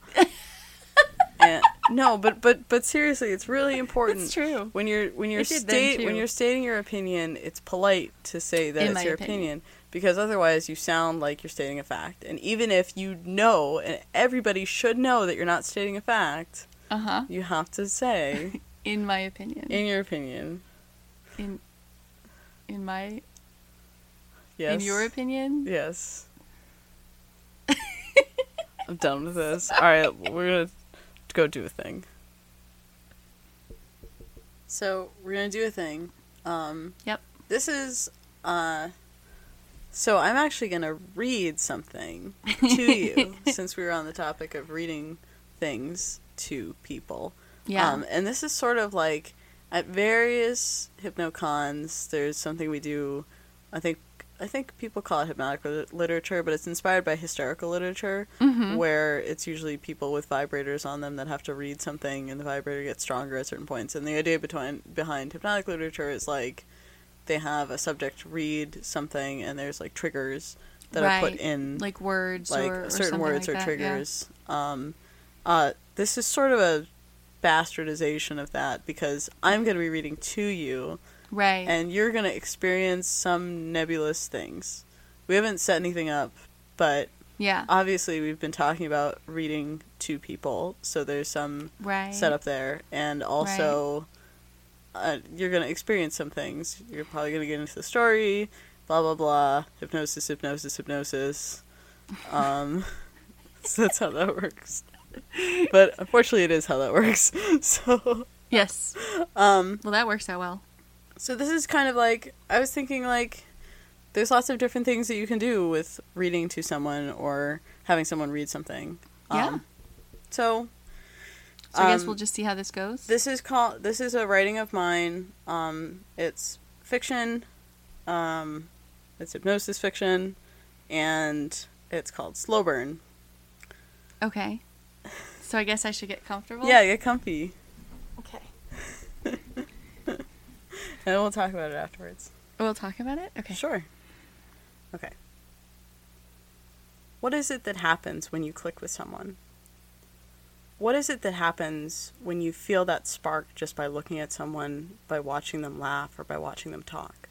and, no but but but seriously it's really important
It's true.
when you're when you're
It did then,
state when
too.
you're stating your opinion it's polite to say that
In
it's
my
your opinion.
opinion.
because otherwise you sound like you're stating a fact. And even if you know, and everybody should know that you're not stating a fact,
Uh huh.
you have to say,
In my opinion.
in your opinion,
in in my
yes,
in your opinion.
yes. I'm done with this. All right, we're gonna go do a thing. So we're gonna do a thing. Um,
Yep.
This is uh so I'm actually going to read something to you since we were on the topic of reading things to people.
Yeah.
Um and this is sort of like at various hypnocons there's something we do I think I think people call it hypnotic lit- literature, but it's inspired by historical literature,
Mm-hmm.
where it's usually people with vibrators on them that have to read something, and the vibrator gets stronger at certain points. And the idea between, behind hypnotic literature is like they have a subject read something, and there's like triggers that are put
Right.
in,
like words
like
or, or
certain
something
words
like
or
that, yeah.
triggers. Um, uh, this is sort of a bastardization of that because I'm going to be reading to you
Right.
and you're going to experience some nebulous things. We haven't set anything up, but
yeah.
obviously we've been talking about reading to people, so there's some
right.
setup there. And also, uh, you're going to experience some things. You're probably going to get into the story, blah, blah, blah. Hypnosis, hypnosis, hypnosis. Um, so that's how that works. But unfortunately, it is how that works. So.
Yes. Um. Well, that works out well.
So this is kind of like I was thinking like there's lots of different things that you can do with reading to someone or having someone read something. Um,
Yeah.
so
So I guess
um,
we'll just see how this goes.
this is called this is a writing of mine. Um, it's fiction. Um, it's hypnosis fiction, and it's called Slow Burn.
okay. So I guess I should get comfortable.
Yeah, get comfy,
Okay.
and we'll talk about it afterwards.
Oh, We'll talk about it. Okay.
Sure. Okay. What is it that happens when you click with someone? What is it that happens when you feel that spark just by looking at someone, by watching them laugh, or by watching them talk?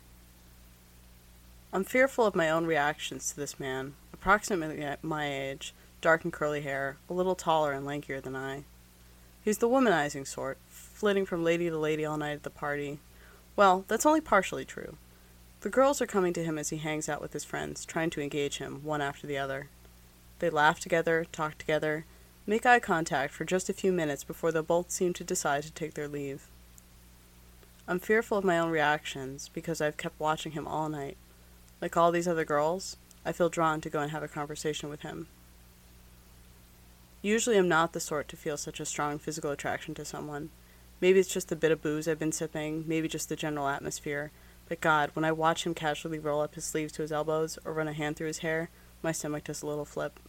I'm fearful of my own reactions to this man, approximately at my age, dark and curly hair, a little taller and lankier than I. He's the womanizing sort, flitting from lady to lady all night at the party. Well, that's only partially true. The girls are coming to him as he hangs out with his friends, trying to engage him, one after the other. They laugh together, talk together, make eye contact for just a few minutes before they both seem to decide to take their leave. I'm fearful of my own reactions because I've kept watching him all night. Like all these other girls, I feel drawn to go and have a conversation with him. Usually, I'm not the sort to feel such a strong physical attraction to someone. Maybe it's just the bit of booze I've been sipping, maybe just the general atmosphere. But God, when I watch him casually roll up his sleeves to his elbows or run a hand through his hair, my stomach does a little flip.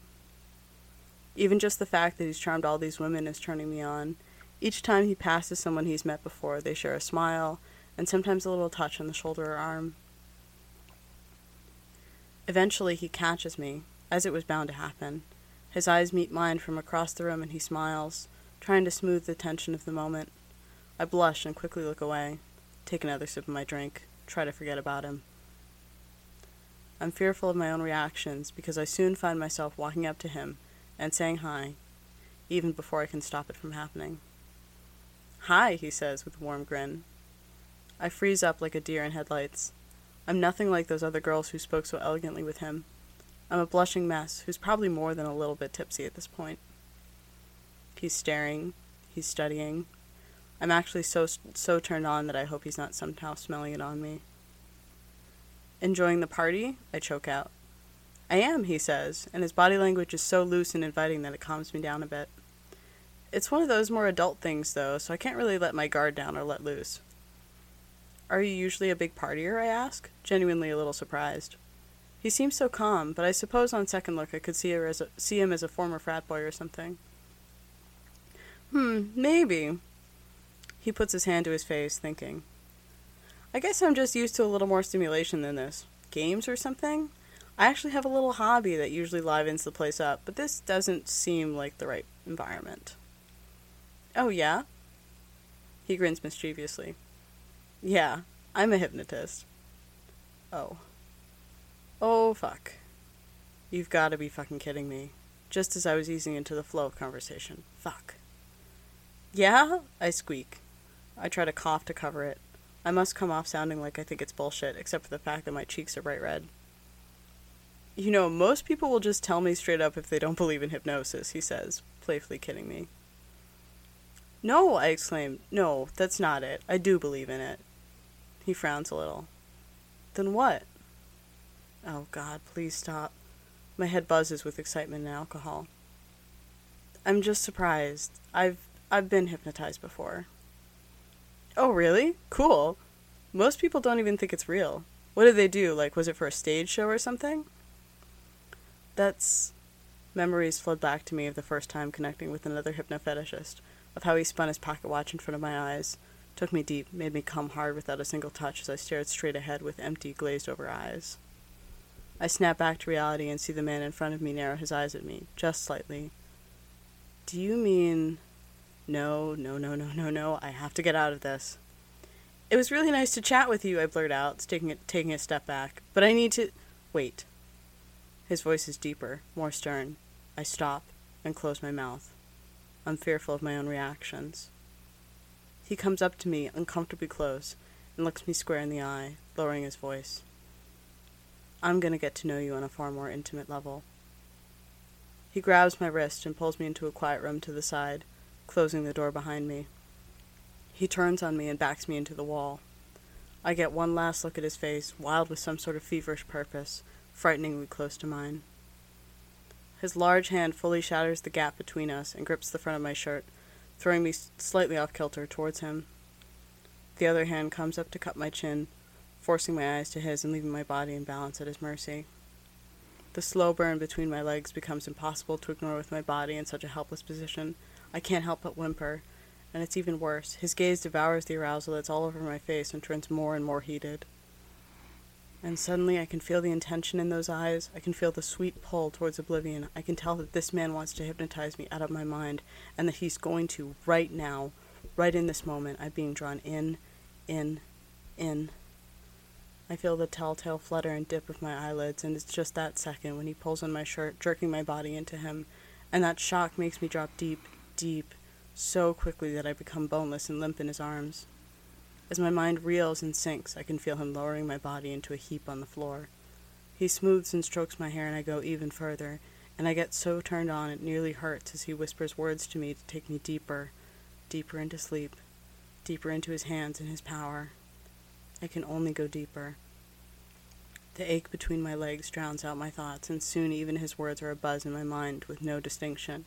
Even just the fact that he's charmed all these women is turning me on. Each time he passes someone he's met before, they share a smile and sometimes a little touch on the shoulder or arm. Eventually, he catches me, as it was bound to happen. His eyes meet mine from across the room and he smiles, trying to smooth the tension of the moment. I blush and quickly look away take another sip of my drink, try to forget about him. I'm fearful of my own reactions because I soon find myself walking up to him and saying hi, even before I can stop it from happening. Hi, he says with a warm grin. I freeze up like a deer in headlights. I'm nothing like those other girls who spoke so elegantly with him. I'm a blushing mess who's probably more than a little bit tipsy at this point. He's staring, he's studying, I'm actually so so turned on that I hope he's not somehow smelling it on me. Enjoying the party? I choke out. I am, he says, and his body language is so loose and inviting that it calms me down a bit. It's one of those more adult things though, so I can't really let my guard down or let loose. Are you usually a big partier? I ask, genuinely a little surprised. He seems so calm, but I suppose on second look I could see, her as a, see him as a former frat boy or something. Hmm, maybe, he puts his hand to his face, thinking. I guess I'm just used to a little more stimulation than this. Games or something? I actually have a little hobby that usually livens the place up, but this doesn't seem like the right environment. Oh, yeah? He grins mischievously. Yeah, I'm a hypnotist. Oh. Oh, fuck. You've got to be fucking kidding me. Just as I was easing into the flow of conversation. Fuck. Yeah? I squeak. I try to cough to cover it. I must come off sounding like I think it's bullshit, except for the fact that my cheeks are bright red. You know, most people will just tell me straight up if they don't believe in hypnosis, he says, playfully kidding me. No, I exclaim. No, that's not it. I do believe in it. He frowns a little. Then what? Oh, God, please stop. My head buzzes with excitement and alcohol. I'm just surprised. I've I've been hypnotized before. Oh, really? Cool. Most people don't even think it's real. What did they do? Like was it for a stage show or something? That's memories flood back to me of the first time connecting with another hypnofetishist, of how he spun his pocket watch in front of my eyes, took me deep, made me come hard without a single touch as I stared straight ahead with empty, glazed over eyes. I snap back to reality and see the man in front of me narrow his eyes at me, just slightly. Do you mean. No, no, no, no, no, no, I have to get out of this. It was really nice to chat with you, I blurt out, taking a, taking a step back. But I need to. Wait. His voice is deeper, more stern. I stop and close my mouth. I'm fearful of my own reactions. He comes up to me, uncomfortably close, and looks me square in the eye, lowering his voice. I'm going to get to know you on a far more intimate level. He grabs my wrist and pulls me into a quiet room to the side, closing the door behind me. He turns on me and backs me into the wall. I get one last look at his face, wild with some sort of feverish purpose, frighteningly close to mine. His large hand fully shatters the gap between us and grips the front of my shirt, throwing me s- slightly off kilter towards him. The other hand comes up to cut my chin, forcing my eyes to his and leaving my body in balance at his mercy. The slow burn between my legs becomes impossible to ignore with my body in such a helpless position. I can't help but whimper, and it's even worse. His gaze devours the arousal that's all over my face and turns more and more heated. And suddenly I can feel the intention in those eyes. I can feel the sweet pull towards oblivion. I can tell that this man wants to hypnotize me out of my mind and that he's going to right now, right in this moment. I'm being drawn in, in, in. I feel the telltale flutter and dip of my eyelids, and it's just that second when he pulls on my shirt, jerking my body into him, and that shock makes me drop deep, deep, so quickly that I become boneless and limp in his arms. As my mind reels and sinks, I can feel him lowering my body into a heap on the floor. He smooths and strokes my hair, and I go even further, and I get so turned on it nearly hurts as he whispers words to me to take me deeper, deeper into sleep, deeper into his hands and his power. I can only go deeper. The ache between my legs drowns out my thoughts, and soon even his words are abuzz in my mind with no distinction.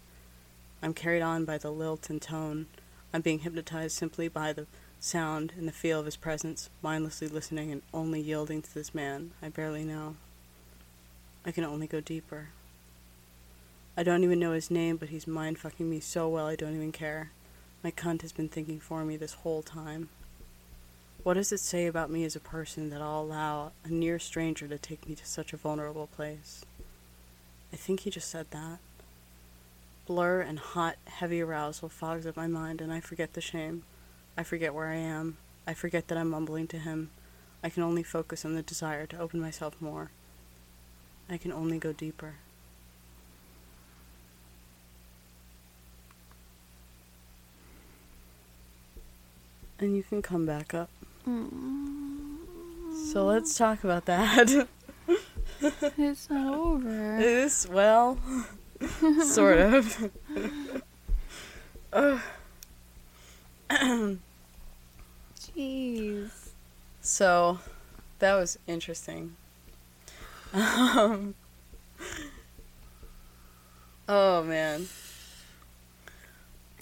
I'm carried on by the lilt and tone. I'm being hypnotized simply by the sound and the feel of his presence, mindlessly listening and only yielding to this man I barely know. I can only go deeper. I don't even know his name, but he's mind fucking me so well I don't even care. My cunt has been thinking for me this whole time. What does it say about me as a person that I'll allow a near stranger to take me to such a vulnerable place? I think he just said that. Blur and hot, heavy arousal fogs up my mind, and I forget the shame. I forget where I am. I forget that I'm mumbling to him. I can only focus on the desire to open myself more. I can only go deeper. And you can come back up.
Mm,
So let's talk about that.
It's not over.
This, well, sort of.
Jeez.
So, that was interesting. Um, oh man,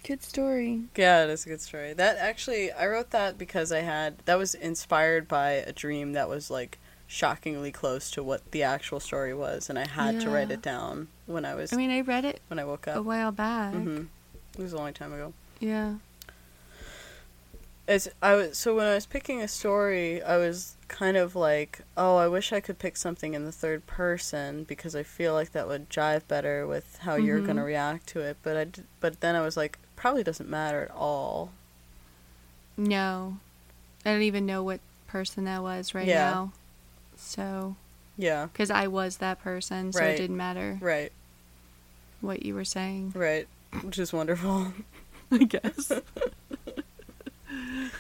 Good story.
yeah, it is a good story. That actually, I wrote that because I had that was inspired by a dream that was like shockingly close to what the actual story was, and I had to write
Yeah.
it down when I was
I mean, I read it
when I woke
a
up.
while back.
hmm It was a long time ago.
Yeah.
It's I was so when I was picking a story, I was kind of like, oh, I wish I could pick something in the third person because I feel like that would jive better with how you're
Mhm.
going to react to it. But I d- but then I was like, probably doesn't matter at all.
No. I don't even know what person that was right
Yeah.
now. So
Yeah.
because I was that person, so
Right.
it didn't matter
Right.
what you were saying.
Right. Which is wonderful.
I guess.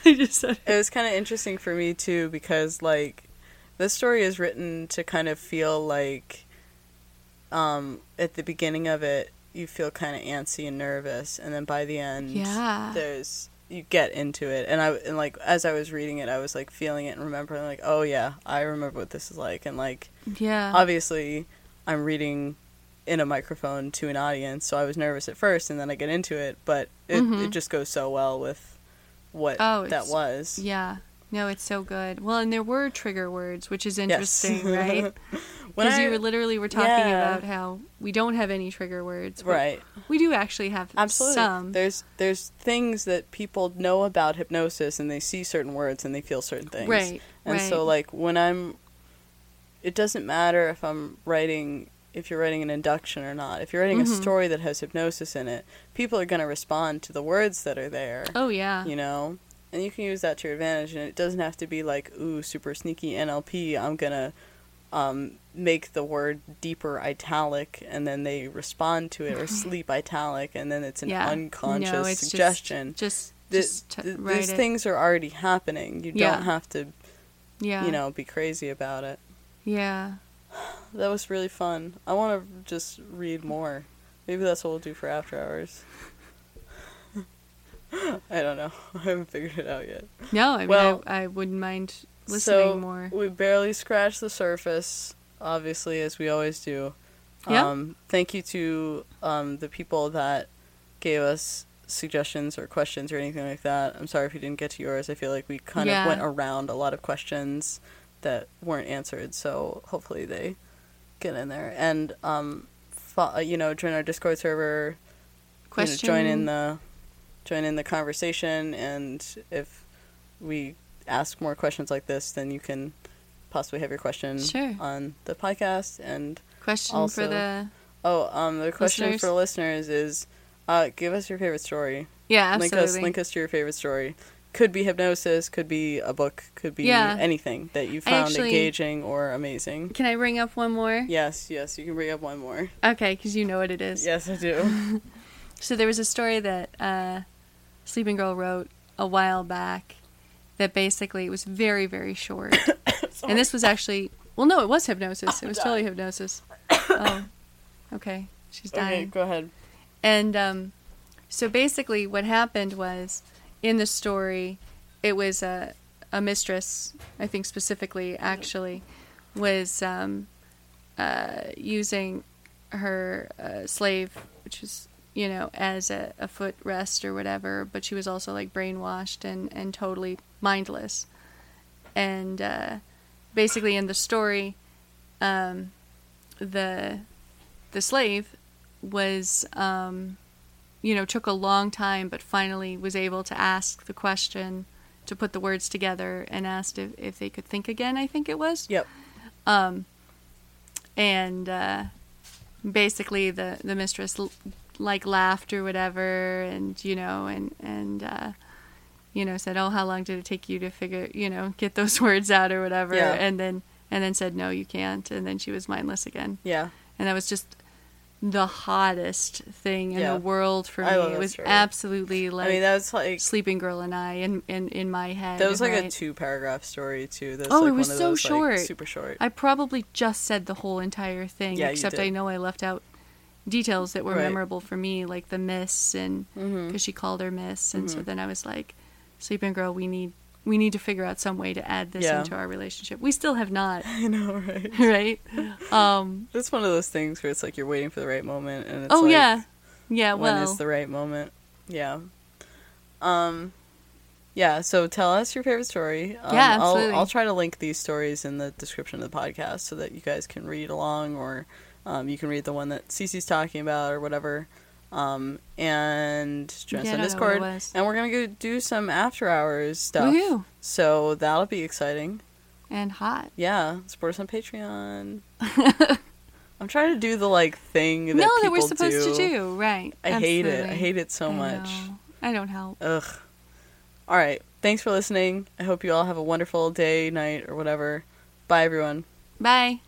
I just said
it was kind of interesting for me too because like this story is written to kind of feel like um at the beginning of it you feel kind of antsy and nervous and then by the end
Yeah.
there's you get into it and i and like as i was reading it i was like feeling it and remembering like oh yeah i remember what this is like and like
Yeah.
obviously i'm reading in a microphone to an audience so i was nervous at first and then i get into it but it, it just goes so well with what
Mm-hmm. Oh,
that
it's-
was
yeah. No, it's so good. Well, and there were trigger words, which is interesting, right?
When
Because
I-
you were literally were talking
Yeah.
about how we don't have any trigger words. but
right
We do actually have
absolutely
some.
there's there's things that people know about hypnosis and they see certain words and they feel certain things
Right,
and so
right.
like when i'm it doesn't matter if i'm writing if you're writing an induction or not if you're writing
Mm-hmm.
a story that has hypnosis in it people are going to respond to the words that are there
Oh yeah.
you know and you can use that to your advantage and it doesn't have to be like ooh super sneaky nlp i'm gonna um, make the word deeper italic and then they respond to it or sleep italic and then it's an
yeah.
unconscious
no, it's just-
suggestion
Just,
Th-
just, t-
th-
write
these
it.
things are already happening you
Yeah.
don't have to
Yeah.
you know be crazy about it
Yeah.
that was really fun i want to just read more maybe that's what we'll do for after hours i don't know i haven't figured it out yet
No, I mean,
Well,
I, I wouldn't mind listening
so
more.
We barely scratched the surface, obviously, as we always do.
Yeah.
Um, thank you to um, the people that gave us suggestions or questions or anything like that. I'm sorry if you didn't get to yours. I feel like we kind
Yeah.
of went around a lot of questions that weren't answered, so hopefully they get in there. And, um, fo- you know, join our Discord server you know,
Question.
join in the join in the conversation and if we ask more questions like this then you can possibly have your question
Sure.
on the podcast and
question
also-
for the.
oh um the question
Listeners?
for listeners is uh give us your favorite story
Yeah, absolutely.
link us link us to your favorite story could be hypnosis could be a book could be
Yeah.
anything that you found
actually-
engaging or amazing
Can I bring up one more?
yes yes you can bring up one more
Okay, because you know what it is.
yes i do
So there was a story that uh, Sleeping Girl wrote a while back that basically it was very, very short. and this was actually, well, no, it was hypnosis. It was totally hypnosis. Oh, okay. She's dying.
okay go ahead
And um, so basically, what happened was in the story, it was a, a mistress, I think specifically, actually, was um, uh, using her uh, slave, which is, you know, as a, a foot rest or whatever, but she was also like brainwashed and, and totally mindless. And uh, basically, in the story, um, the the slave was um, you know took a long time but finally was able to ask the question to put the words together and asked if, if they could think again i think it was
yep
and uh, basically the the mistress l- like laughed or whatever and you know and and uh, you know said oh how long did it take you to figure you know get those words out or whatever
Yeah.
and then and then said no you can't and then she was mindless again
yeah
and that was just the hottest thing in
Yeah.
the world for me.
I love
It
that
was
story.
absolutely like
i mean that's like
Sleeping Girl and I in in, in my head.
That was like a
right?
two paragraph story too. That's
Oh,
like
it was
one of
so
those,
short.
Like, super short.
I probably just said the whole entire thing,
Yeah, you
except
did.
I know I left out details that were
Right. Mm-hmm.
memorable for me, like the miss, and because she called her miss, and so then I was like, Sleeping Girl, we need we need to figure out some way to add this
Yeah.
into our relationship. We still have not,
I know, right?
right? Um,
It's one of those things where it's like you're waiting for the right moment, and it's
oh
like,
yeah, yeah.
when
Well,
is the right moment? Yeah. Um, yeah. So tell us your favorite story. Um,
Yeah,
I'll
absolutely.
I'll try to link these stories in the description of the podcast so that you guys can read along, or um, you can read the one that Cece's talking about, or whatever. Um, and join
Yeah,
us
I
on
don't know what it
Discord,
was.
and we're gonna go do some after hours stuff.
Woohoo.
So that'll be exciting.
and hot.
Yeah, support us on Patreon. I'm trying to do the like thing that
no that
people
we're supposed
do.
to do right
I hate it. I hate it so much.
i don't help
Ugh. All right. Thanks for listening. I hope you all have a wonderful day, night, or whatever. Bye, everyone.
bye